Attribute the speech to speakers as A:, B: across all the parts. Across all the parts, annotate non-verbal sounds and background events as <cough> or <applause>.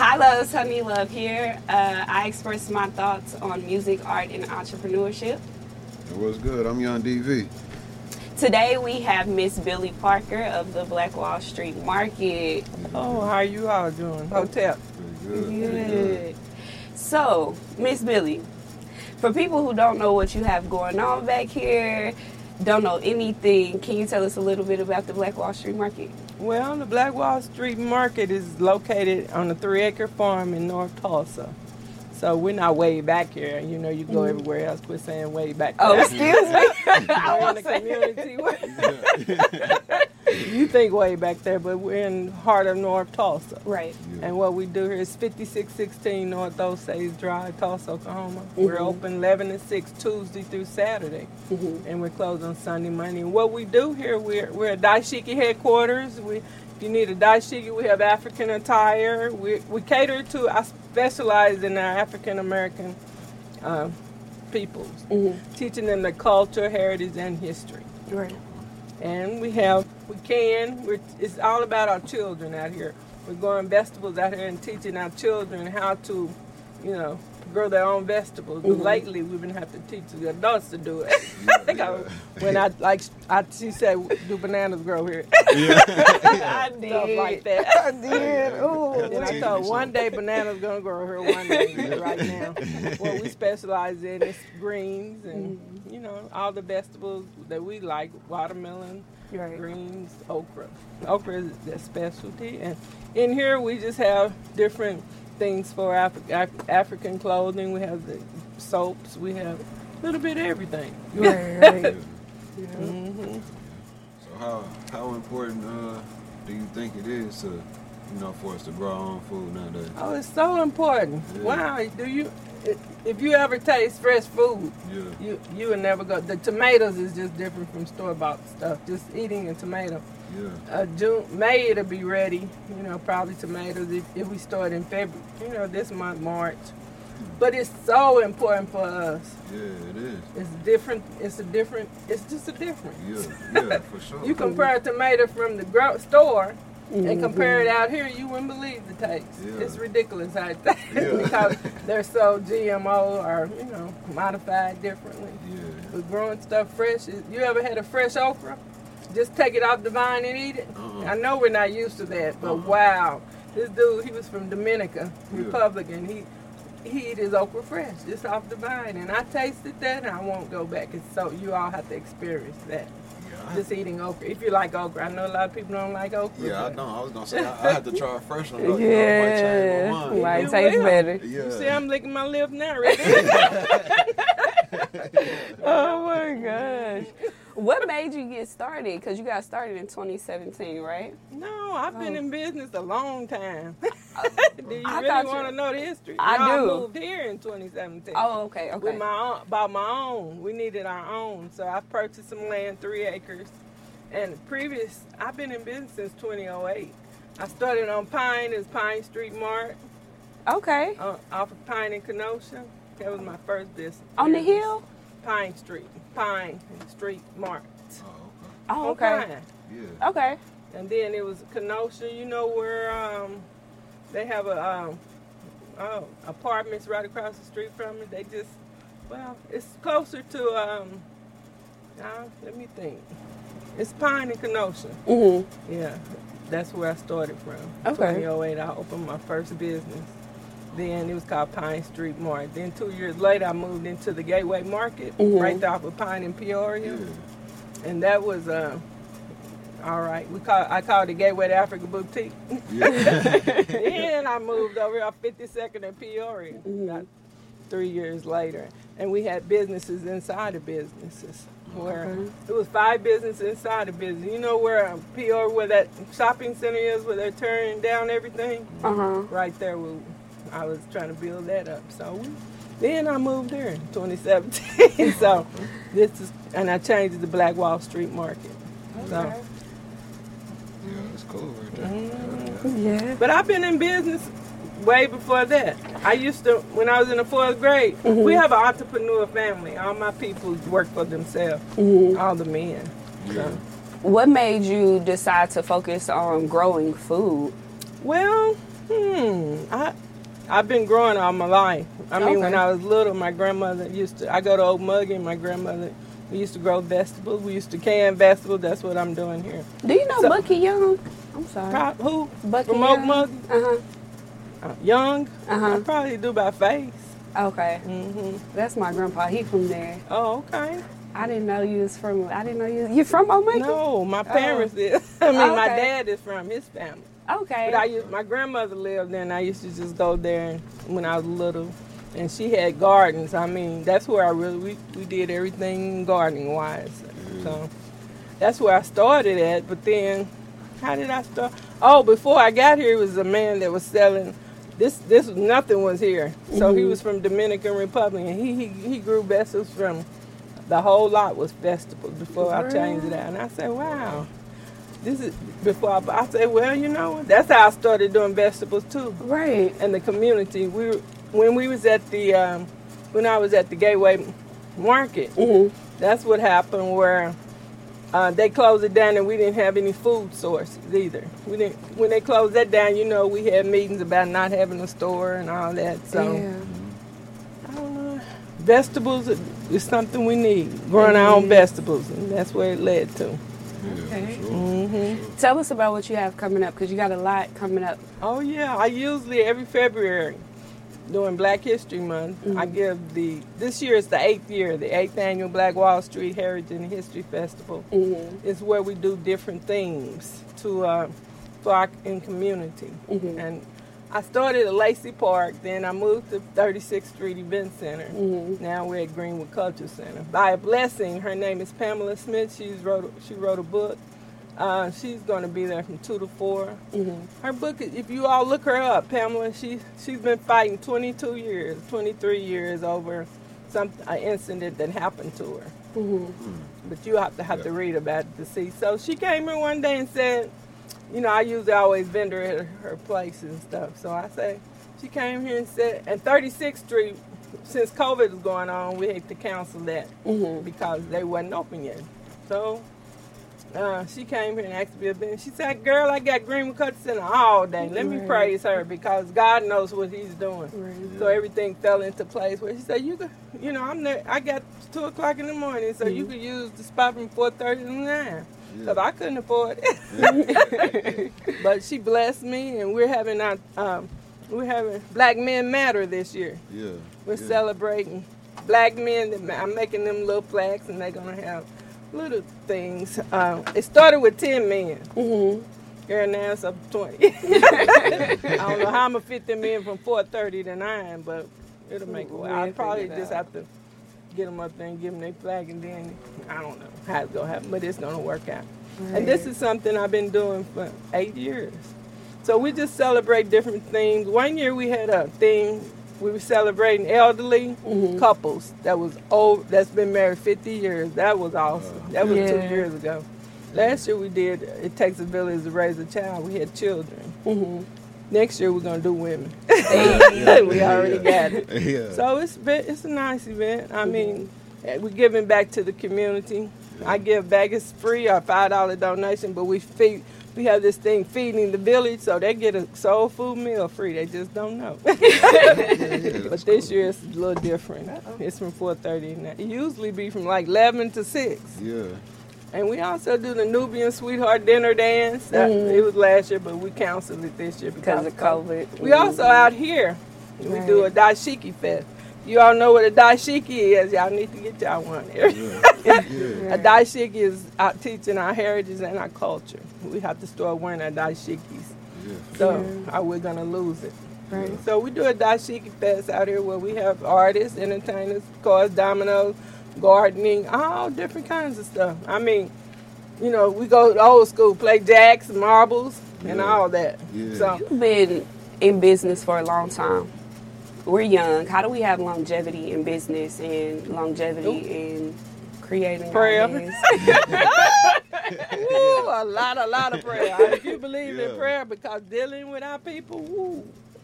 A: Hello, Tony Love here. Uh, I express my thoughts on music, art, and entrepreneurship.
B: It was good. I'm Young DV.
A: Today we have Miss Billy Parker of the Black Wall Street Market.
C: Oh, how you all doing? Hotel.
B: Pretty good. Pretty good.
A: So, Miss Billy, for people who don't know what you have going on back here, don't know anything, can you tell us a little bit about the Black Wall Street Market?
C: Well, the Black Wall Street Market is located on a three acre farm in North Tulsa. So we're not way back here. You know, you go everywhere else, quit saying way back.
A: Mm-hmm. Oh,
C: there.
A: excuse me. <laughs> I
C: we're in
A: was
C: the
A: saying-
C: community. <laughs> you think way back there, but we're in the heart of North Tulsa.
A: Right.
C: And what we do here is 5616 North Osage Drive, Tulsa, Oklahoma. We're open 11 to 6 Tuesday through Saturday, and we're closed on Sunday, Monday. And what we do here, we're we're a Daishiki headquarters. We, if you need a Daishiki, we have African attire. We we cater to. I specialize in our African American uh, peoples, teaching them the culture, heritage, and history
A: Right.
C: and we have we can we're, it's all about our children out here we're growing vegetables out here and teaching our children how to you know grow their own vegetables
A: Mm-hmm.
C: but lately we've been having to teach the adults to do it <laughs> Like I- when i like i she said do bananas grow here <laughs>
A: I did.
C: stuff like that
A: I did. Ooh. <laughs>
C: and I thought one day bananas gonna grow here one day but right now. What we specialize in is greens and
A: Mm-hmm.
C: you know, all the vegetables that we like, watermelon,
A: Right.
C: greens, okra. Okra is the specialty and in here we just have different things for Af- Af- African clothing. We have the soaps, we have a little bit of everything. <laughs>
A: Right.
B: So how how important uh, do you think it is to you know for us to grow our own food nowadays?
C: Oh, it's so important.
B: Yeah.
C: Wow, do you if you ever taste fresh food,
B: Yeah.
C: You you would never go. The tomatoes is just different from store bought stuff. Just eating a tomato.
B: Yeah.
C: Uh, June May it'll be ready. You know probably tomatoes if, if we start in February. You know this month March. But it's so important for us.
B: Yeah, it is.
C: It's different. It's a different. It's just a difference.
B: Yeah, yeah, for sure.
C: You compare a tomato from the gro- store and compare it out here, you wouldn't believe the taste.
B: Mm-hmm. Yeah.
C: It's ridiculous how it tastes
B: Yeah.
C: <laughs> because they're so GMO or you know modified differently.
B: Yeah.
C: But growing stuff fresh. is- You ever had a fresh okra? Just take it off the vine and eat it.
B: Uh-uh.
C: I know we're not used to that, but
B: Uh-uh.
C: wow, this dude he was from Dominica,
B: Yeah.
C: Republican. He he eat his okra fresh, just off the vine, and I tasted that, and I won't go back. And so you all have to experience that.
B: Yeah, I-
C: Just eating okra. If you like okra, I know a lot of people don't like okra.
B: yeah, I
C: but
B: know. I was gonna say I, I had to try a fresh one. though, you know, it
A: Yeah.
B: might change my
A: Might
C: You
B: mind.
A: taste
C: will.
A: better.
B: Yeah.
C: You see, I'm licking my lip now, really.
A: Oh my gosh. What made you get started? Because you got started in 2017, right?
C: No, I've been in business a long time. <laughs> do you
A: I thought
C: really
A: you-
C: want to know the history?
A: I
C: No,
A: do.
C: moved here in 2017.
A: Oh, okay, okay.
C: With my own, by my own, we needed our own. So I purchased some land, three acres, and previous. I've been in business since 2008. I started on Pine, is Pine Street Mart,
A: okay.
C: uh, off of Pine and Kenosha. That was my first business.
A: On the hill?
C: Pine Street, Pine Street Mart.
B: <laughs> Oh, okay.
A: Oh,
C: On
A: okay.
C: Pine. <laughs>
B: Yeah.
A: Okay.
C: And then it was Kenosha, you know where um, they have a um, oh, apartments right across the street from it. They just well, it's closer to um, uh, let me think. It's Pine and Kenosha.
A: Mm-hmm.
C: Yeah, that's where I started from.
A: Okay.
C: 2008, I opened my first business. Then it was called Pine Street Mart. Then two years later, I moved into the Gateway Market right there off of Pine and Peoria
B: Yeah.
C: and that was uh, all right. We call I called it Gateway to Africa Boutique.
B: Yeah.
C: <laughs> then I moved over here on 52nd and Peoria about three years later, and we had businesses inside of businesses. Where it was five businesses inside of business. You know where um, Peoria, where that shopping center is, where they're tearing down everything.
A: Uh-huh.
C: Right there, where I was trying to build that up. So we, then I moved there in 2017. <laughs> so this is, and I changed it to Black Wall Street Market.
A: Uh-huh.
C: So,
B: Yeah, that's cool right there.
C: Mm-hmm.
A: Yeah.
C: but I've been in business way before that. I used to, when I was in the fourth grade, we have an entrepreneur family. All my people work for themselves, all the men. So,
A: What made you decide to focus on growing food?
C: well, hmm, I, I've been growing all my life. I mean, when
A: Okay.
C: I was little, my grandmother used to. I go to Old Muggy, and my grandmother. We used to grow vegetables. We used to can vegetables. That's what I'm doing here.
A: Do you know
C: So-
A: Bucky Young? I'm sorry.
C: Prob- who?
A: Bucky
C: From Old
A: Young?
C: Muggy?
A: Uh
C: Uh, young.
A: Uh-huh.
C: I probably do by face.
A: huh. Okay.
C: hmm
A: That's my grandpa. He from there.
C: Oh, okay.
A: I didn't know you was from. I didn't know you. You from Omega?
C: No, my
A: Oh.
C: parents is. <laughs> I mean, my
A: Okay.
C: dad is from his family. But I
A: Okay.
C: used, my grandmother lived there, and I used to just go there when I was little. And she had gardens. I mean, that's where I really we, we did everything gardening wise. So that's where I started at. But then, how did I start? Oh, before I got here, it was a man that was selling. This this nothing was here. So he was from Dominican Republic, and he he, he grew vegetables from. The whole lot was vegetables before I changed it out. And I said, wow this is before I, I say, well, you know, what? that's how I started doing vegetables too.
A: Right.
C: And the community, we were, when we was at the um, when I was at the Gateway Market,
A: Mhm.
C: that's what happened where uh, they closed it down and we didn't have any food sources either. We didn't when they closed that down, you know, we had meetings about not having a store and all that. So
A: yeah.
C: I don't know. Vegetables is something we need. Growing our own
A: Yes.
C: vegetables, and that's where it led to.
B: Yeah,
A: Okay.
B: for sure.
C: Mm-hmm.
A: Tell us about what you have coming up because you got a lot coming up.
C: Oh yeah, I usually every February during Black History Month, I give the this year is the eighth year, the eighth annual Black Wall Street Heritage and History Festival.
A: Mhm.
C: It's where we do different themes to uh, for our in community,
A: Mhm.
C: and I started at Lacey Park, then I moved to 36th Street Event Center.
A: Mhm.
C: Now we're at Greenwood Culture Center. By a blessing, her name is Pamela Smith. She's wrote she wrote a book. Uh, she's going to be there from two to four.
A: Mhm.
C: Her book, is- if you all look her up, Pamela, she she's been fighting 22 years, 23 years over some an incident that happened to her.
A: Mhm.
C: But you have to have to
B: Yeah.
C: read about it to see. So she came in one day and said, you know, I usually always vendor at her, her place and stuff. So I say, she came here and said, and 36th Street, since COVID was going on, we had to cancel that
A: Mhm.
C: because they wasn't open yet. So uh, she came here and asked me a bit. She said, "Girl, I got Greenwood Culture Center all day. Let me
A: Right.
C: praise her because God knows what He's doing."
A: Right.
C: So everything fell into place. Where she said, "You could, you know, I'm there. I got two o'clock in the morning, so you could use the spot from four thirty to nine. Because I couldn't afford it, but she blessed me, and we're having our um, we're having Black Men Matter this year.
B: Yeah.
C: We're
B: yeah.
C: celebrating black men. That I'm making them little flags, and they're gonna have little things. Um, it started with ten men.
A: Mhm.
C: Girl, now it's up to twenty. <laughs> I don't know how I'm gonna fit them in from four thirty to nine, but it'll make a way.
A: We'll
C: I
A: figure
C: probably
A: it
C: just
A: out.
C: have to get them up there and give them their flag, and then I don't know how it's gonna happen, but it's gonna work out. And this is something I've been doing for eight years. So we just celebrate different things. One year we had a thing we were celebrating elderly couples that was old that's been married 50 years. That was awesome. That was
A: Yeah.
C: two years ago. Last year we did It Takes a Village to Raise a Child. We had children.
A: Mhm.
C: Next year we're gonna do women.
B: Yeah,
C: <laughs> we
B: yeah,
C: already
B: yeah.
C: got it.
B: Yeah.
C: So it's ve- it's a nice event.
A: Mm-hmm.
C: I mean, eh, we're giving back to the community. I give back. It's free or five dollar donation, but we feed. We have this thing feeding the village, so they get a soul food meal free. They just
A: <laughs>
C: don't know. <laughs> but this year it's a little different. It's from four thirty. It usually be from like eleven to six.
B: yeah.
C: And we also do the Nubian Sweetheart Dinner Dance. That- It was last year, but we canceled it this year
A: Mm-hmm. Because of COVID.
C: we also out here. We do a dashiki fest. You all know what a dashiki is. Y'all need to get y'all one. <laughs> here.
B: Yeah. yeah.
C: A dashiki is out teaching our heritage and our culture. We have to start wearing our dashikis.
B: Yeah.
C: So or we're gonna lose it.
A: Right.
C: So we do a dashiki fest out here where we have artists, entertainers, cars, dominoes, gardening, all different kinds of stuff. I mean, you know, we go old school, play jacks, marbles, and
B: Yeah.
C: all that.
B: Yeah.
C: So
A: You've been in business for a long time. We're young. How do we have longevity in business and longevity
C: Oop.
A: in creating <laughs>
C: Prayer.
A: ideas?
B: <laughs>
C: Woo, a lot, a lot of prayer. If you believe in
B: Yeah.
C: prayer, because dealing with our people, woo,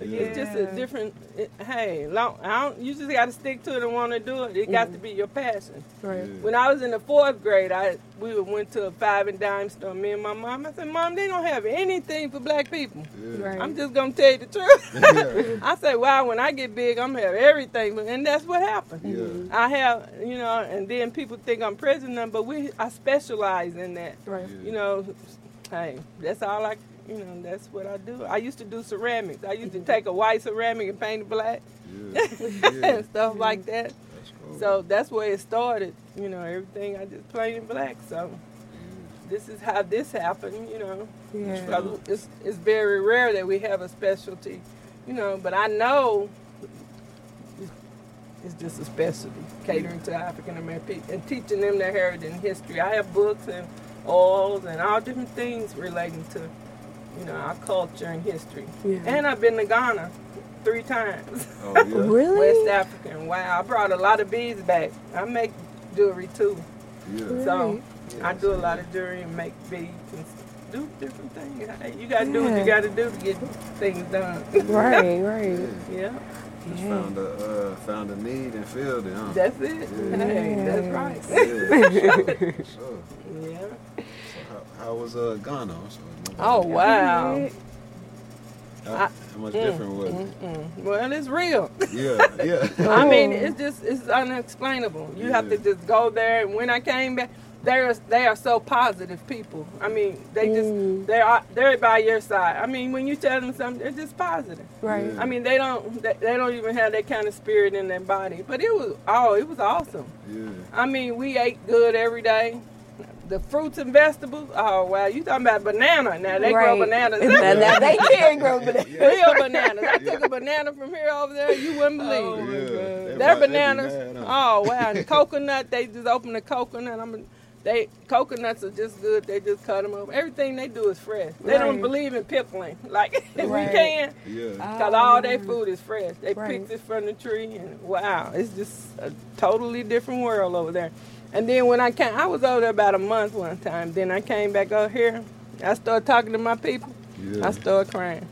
C: It's just a
D: Yeah.
C: different. It, hey, long, I don't, you just got to stick to it and want to do it. It got
B: Mm-hmm.
C: to be your passion.
D: Right.
B: Yeah.
C: When I was in the fourth grade, I we went to a five and dime store. Me and my mom. I said, Mom, they don't have anything for black people.
B: Yeah.
D: Right.
C: I'm just gonna tell you the truth.
B: yeah.
C: I said, Wow, when I get big, I'm gonna have everything, and that's what happened.
B: Yeah.
C: I have, you know, and then people think I'm president, but we I specialize in that.
D: Right.
C: You know, hey, that's all I, you know, that's what I do. I used to do ceramics. I used to take a white ceramic and paint it black
B: Yeah. Yeah. Oh.
C: and stuff like that.
B: That's cool.
C: So that's where it started. You know, everything I just painted black. So this is how this happened. You know,
D: Yeah.
B: right.
C: 'Cause it's it's very rare that we have a specialty. You know, but I know it's- it's just a specialty catering to African American people and teaching them their heritage and history. I have books and oils and all different things relating to you know our culture and history.
D: Yeah.
C: And I've been to Ghana three times.
B: Oh, yeah.
D: Really?
C: West African. Wow, I brought a lot of beads back. I make jewelry too.
B: Yeah.
C: So
B: Yeah,
C: I do a
B: see.
C: lot of jewelry and make beads and do different things. You gotta do what you gotta do to get things done.
D: Right.
B: Yeah.
D: Right.
C: yeah,
B: Just
D: Yeah.
B: found a uh, found a need and filled it, huh?
C: that's it.
B: Yeah.
C: Hey, that's right.
B: yeah, sure, sure.
C: Yeah.
B: So how, how was uh, Ghana? I'm sorry, my bad.
C: Oh wow.
D: Right.
B: How,
C: I-
B: how much different was it?
C: Mm-mm. Well, it's real.
B: Yeah, yeah.
C: I mean, it's just it's unexplainable. You have to
B: Yeah.
C: just go there. And when I came back, they are they are so positive people. I mean, they
D: Mm.
C: just they're out- they're by your side. I mean, when you tell them something, they're just positive.
D: Right.
C: I mean, they don't they, they don't even have that kind of spirit in their body. But it was oh, it was awesome.
B: yeah.
C: I mean, we ate good every day. The fruits and vegetables. Oh wow, you talking about banana? Now they
D: Right.
C: grow bananas.
A: now, now <laughs> they can grow, but
C: Real bananas. I took a banana from here over there. You wouldn't believe.
B: Oh, yeah. Everybody- they
C: Their
B: be
C: bananas.
B: mad, huh?
C: Oh wow, and coconut. They just open the coconut. I'm. They coconuts are just good. They just cut them up. Everything they do is fresh. They don't
D: Right.
C: believe in pickling. Like <laughs> if
D: Right.
C: you can,
B: Yeah.
C: because all their food is fresh. They
D: Right.
C: picked it from the tree, and wow, it's just a totally different world over there. And then when I came, I was over there about a month one time. Then I came back over here. I started talking to my people.
B: Yeah.
C: I started crying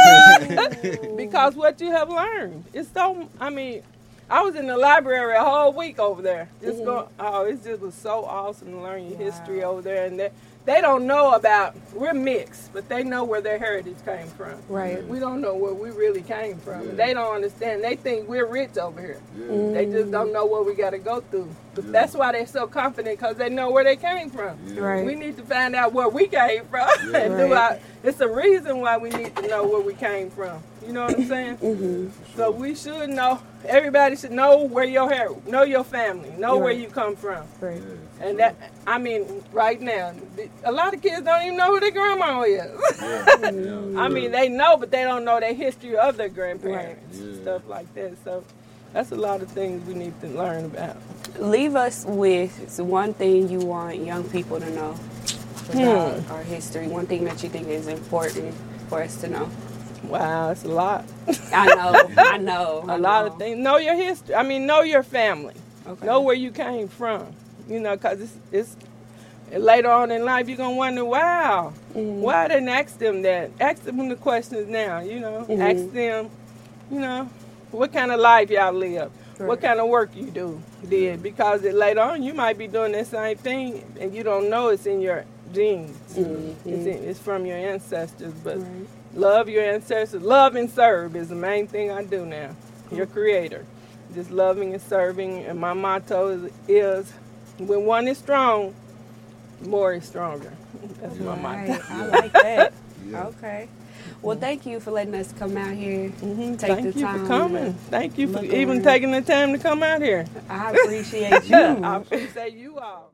C: <laughs> because what you have learned it's so. I mean, I was in the library a whole week over there. Just go. Oh, it just was so awesome to learn your history over there, and they, they don't know about. We're mixed, but they know where their heritage came from.
D: Right.
C: We don't know where we really came from.
B: Yeah.
C: They don't understand. They think we're rich over here.
B: Yeah.
C: They just don't know what we got to go through. But
B: Mm. Yeah.
C: that's why they're so confident because they know where they came from.
B: Yeah.
D: Right.
C: We need to find out where we came from <laughs> and
D: Right.
C: do our. It's a reason why we need to know where we came from. You know what I'm saying?
D: Mm-hmm.
B: Yeah, for
C: So we should know. Everybody should know where your hair, know your family, know where
D: Right.
C: you come from.
D: Right.
B: sure. Yeah, for
C: And
B: sure.
C: that, I mean, right now, a lot of kids don't even know who their grandma is. <laughs>
B: Yeah.
C: Mm.
B: yeah.
C: I mean, they know, but they don't know the history of their grandparents,
B: Right. Yeah.
C: stuff like that. So that's a lot of things we need to learn about.
A: leave us with one thing you want young people to know about
C: Hmm.
A: our history. One thing that you think is important for us to know.
C: Wow, it's a lot, <laughs>
A: I know, I know, I
C: a lot
A: know.
C: of things. Know your history. I mean, know your family.
A: Okay.
C: Know where you came from. You know, because it's, it's later on in life you're gonna wonder, wow, why I didn't ask them that? Ask them the questions now. You know, ask them, you know, what kind of life y'all live. What
D: Right.
C: kind of work you do did because it, later on you might be doing that same thing and you don't know it's in your genes. It's, in, it's from your ancestors, but
D: Right.
C: Love your ancestors. Love and serve is the main thing I do now. Your
A: Mm.
C: creator. Just loving and serving. And my motto is, is when one is strong, more is stronger. That's my motto.
A: Right, I like
C: <laughs>
A: that.
B: Yeah.
A: Okay. Well, thank you for letting us come out here.
C: Mhm.
A: Take
C: Thank
A: the
C: you
A: time.
C: for coming. Thank you for
A: Look
C: even
A: around.
C: taking the time to come out here. <laughs>
A: I appreciate you.
C: I appreciate you all.